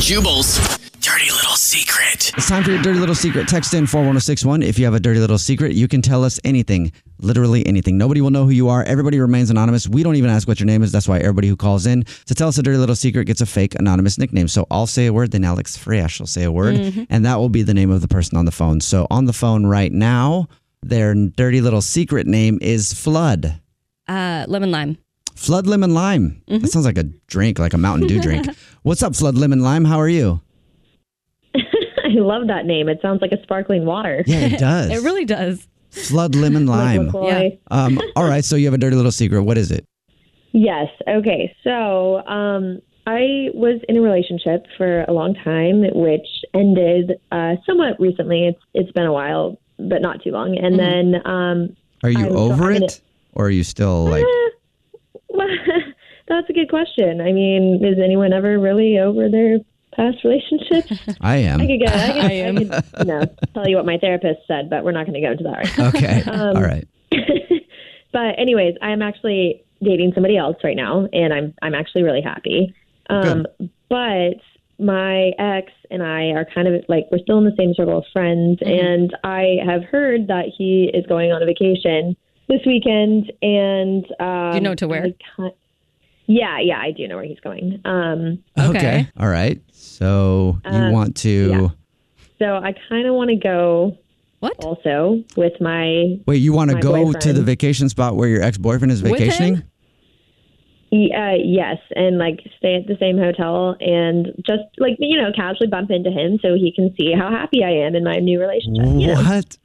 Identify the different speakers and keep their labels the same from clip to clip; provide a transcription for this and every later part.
Speaker 1: Jubal's dirty little secret.
Speaker 2: It's time for your dirty little secret. Text in 41061. If you have a dirty little secret, you can tell us anything, literally anything. Nobody will know who you are. Everybody remains anonymous. We don't even ask what your name is. That's why everybody who calls in to tell us a dirty little secret gets a fake anonymous nickname. So I'll say a word, then Alex Fresh will say a word,
Speaker 3: Mhm.
Speaker 2: and that will be the name of the person on the phone. So on the phone right now, their dirty little secret name is Flood.
Speaker 3: Uh, lemon lime.
Speaker 2: Flood Lemon Lime. That sounds like a drink, like a Mountain Dew drink. What's up, Flood Lemon Lime? How are you?
Speaker 4: I love that name. It sounds like a sparkling water.
Speaker 2: Yeah, it does. It
Speaker 3: really does.
Speaker 2: Flood Lemon Lime.
Speaker 4: LaCroix.
Speaker 2: Um, all right, so you have a dirty little secret. What is it?
Speaker 4: Yes. Okay. So um, I was in a relationship for a long time, which ended uh, somewhat recently. It's it's been a while, but not too long. And then um,
Speaker 2: Are you
Speaker 4: I'm still
Speaker 2: over
Speaker 4: having
Speaker 2: it? Or are you still like,
Speaker 4: that's a good question. I mean, is anyone ever really over their past relationships?
Speaker 2: I am?
Speaker 4: I could go. I, could,
Speaker 3: I am.
Speaker 4: I could, you know, tell you what my therapist said, but we're not going to go into that right now.
Speaker 2: Okay.
Speaker 4: Um,
Speaker 2: all right.
Speaker 4: but anyways, I'm actually dating somebody else right now, and I'm I'm actually really happy. Um, but my ex and I are kind of like we're still in the same circle of friends,
Speaker 3: Mm-hmm.
Speaker 4: and I have heard that he is going on a vacation this weekend, and um,
Speaker 3: Do you know to where?
Speaker 4: I can't- yeah, yeah, I do know where he's going. Um,
Speaker 3: Okay.
Speaker 2: All right. So you
Speaker 4: Um,
Speaker 2: want to.
Speaker 4: yeah. so I kind of want to go
Speaker 3: What?
Speaker 4: also with my
Speaker 2: Wait, you want to
Speaker 4: My
Speaker 2: go to
Speaker 4: boyfriend.
Speaker 2: the vacation spot where your ex boyfriend is
Speaker 3: With him?
Speaker 2: vacationing?
Speaker 4: Yeah, uh, yes, and like stay at the same hotel and just like you know casually bump into him so he can see how happy I am in my new relationship.
Speaker 2: Mm-hmm.
Speaker 4: you know?
Speaker 2: What?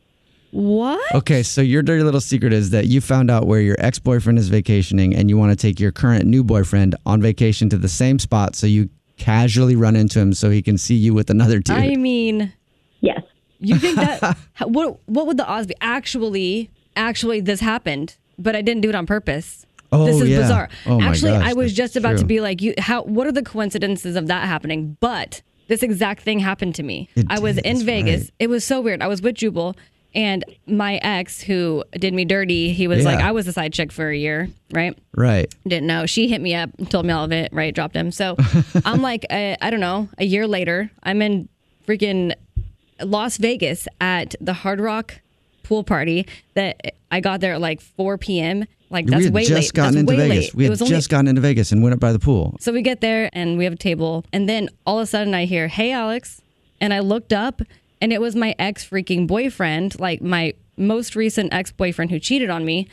Speaker 3: What?
Speaker 2: Okay, so your dirty little secret is that you found out where your ex boyfriend is vacationing and you want to take your current new boyfriend on vacation to the same spot so you casually run into him so he can see you with another dude.
Speaker 3: I mean,
Speaker 4: Yes,
Speaker 3: you think that? how- what? What would the odds be? Actually, actually, this happened, but I didn't do it on purpose.
Speaker 2: Oh,
Speaker 3: this is
Speaker 2: yeah.
Speaker 3: bizarre.
Speaker 2: Oh, my
Speaker 3: actually,
Speaker 2: gosh,
Speaker 3: I was
Speaker 2: that's
Speaker 3: just about to
Speaker 2: true.
Speaker 3: be like, you. How? What are the coincidences of that happening? But this exact thing happened to me.
Speaker 2: It
Speaker 3: I was
Speaker 2: did,
Speaker 3: in
Speaker 2: that's
Speaker 3: Vegas.
Speaker 2: right.
Speaker 3: It was so weird. I was with Jubal. And my ex, who did me dirty, he was like,
Speaker 2: Yeah.
Speaker 3: I was a side chick for a year, right?
Speaker 2: right.
Speaker 3: didn't know. She hit me up, told me all of it, right? Dropped him. So I'm like, I, I don't know, a year later, I'm in freaking Las Vegas at the Hard Rock pool party that I got there at like 4 p.m. Like, that's
Speaker 2: we had
Speaker 3: way
Speaker 2: just
Speaker 3: late.
Speaker 2: gotten
Speaker 3: that's
Speaker 2: into
Speaker 3: way
Speaker 2: Vegas.
Speaker 3: late.
Speaker 2: We
Speaker 3: it
Speaker 2: had
Speaker 3: was
Speaker 2: just
Speaker 3: only.
Speaker 2: gotten into Vegas and went up by the pool.
Speaker 3: so we get there and we have a table. And then all of a sudden I hear, hey, Alex. And I looked up and it was my ex freaking boyfriend, like my most recent ex boyfriend who cheated on me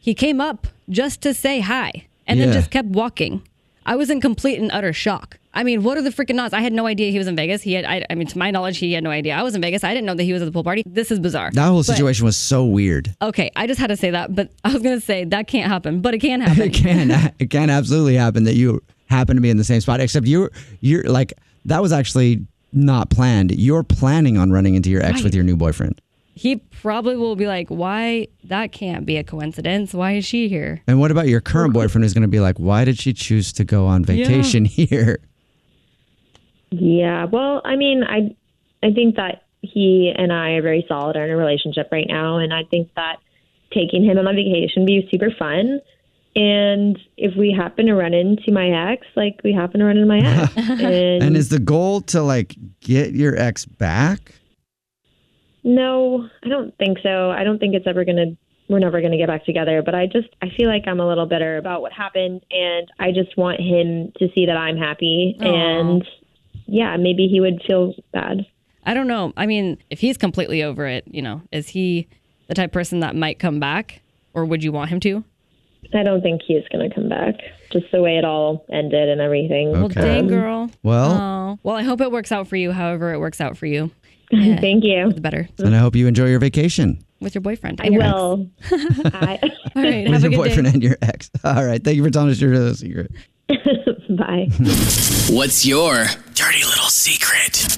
Speaker 3: he came up just to say hi and
Speaker 2: Yeah.
Speaker 3: then just kept walking. I was in complete and utter shock. I mean, what are the freaking odds? I had no idea he was in Vegas. He had, I, I mean, to my knowledge, he had no idea I was in Vegas. I didn't know that he was at the pool party. This is bizarre.
Speaker 2: That whole
Speaker 3: But-
Speaker 2: situation was so weird.
Speaker 3: okay, I just had to say that, but I was gonna say that can't happen, but it can happen.
Speaker 2: It can it can absolutely happen that you happen to be in the same spot. Except you you're like that was actually not planned. You're planning on running into your ex with
Speaker 3: Right.
Speaker 2: your new boyfriend.
Speaker 3: He probably will be like, "Why? That can't be a coincidence. Why is she here?"
Speaker 2: And what about your current boyfriend who's going to be like, why did she choose to go on vacation here?
Speaker 4: yeah. Well, I mean, I I think that he and I are very solid in a relationship right now, and I think that taking him on vacation be super fun. And if we happen to run into my ex, like we happen to run into my ex, and,
Speaker 2: And is the goal to like get your ex back?
Speaker 4: No, I don't think so. I don't think it's ever going to, we're never going to get back together. But I just, I feel like I'm a little bitter about what happened. And I just want him to see that I'm happy.
Speaker 3: Aw.
Speaker 4: And yeah, maybe he would feel bad.
Speaker 3: I don't know. I mean, if he's completely over it, you know, is he the type of person that might come back, or would you want him to?
Speaker 4: I don't think he's going to come back, just the way it all ended and everything.
Speaker 3: Well,
Speaker 2: Okay.
Speaker 3: dang, girl.
Speaker 2: Well-
Speaker 3: Aw. well, I hope it works out for you. However, it works out for you,
Speaker 4: Thank you.
Speaker 3: the better
Speaker 2: And I hope you enjoy your vacation
Speaker 3: with your boyfriend.
Speaker 4: I
Speaker 3: and your ex.
Speaker 4: will. I,
Speaker 3: All right,
Speaker 2: with
Speaker 3: have
Speaker 2: your
Speaker 3: a good
Speaker 2: boyfriend
Speaker 3: day.
Speaker 2: and your ex. All right. Thank you for telling us your little secret.
Speaker 4: bye.
Speaker 1: What's your dirty little secret?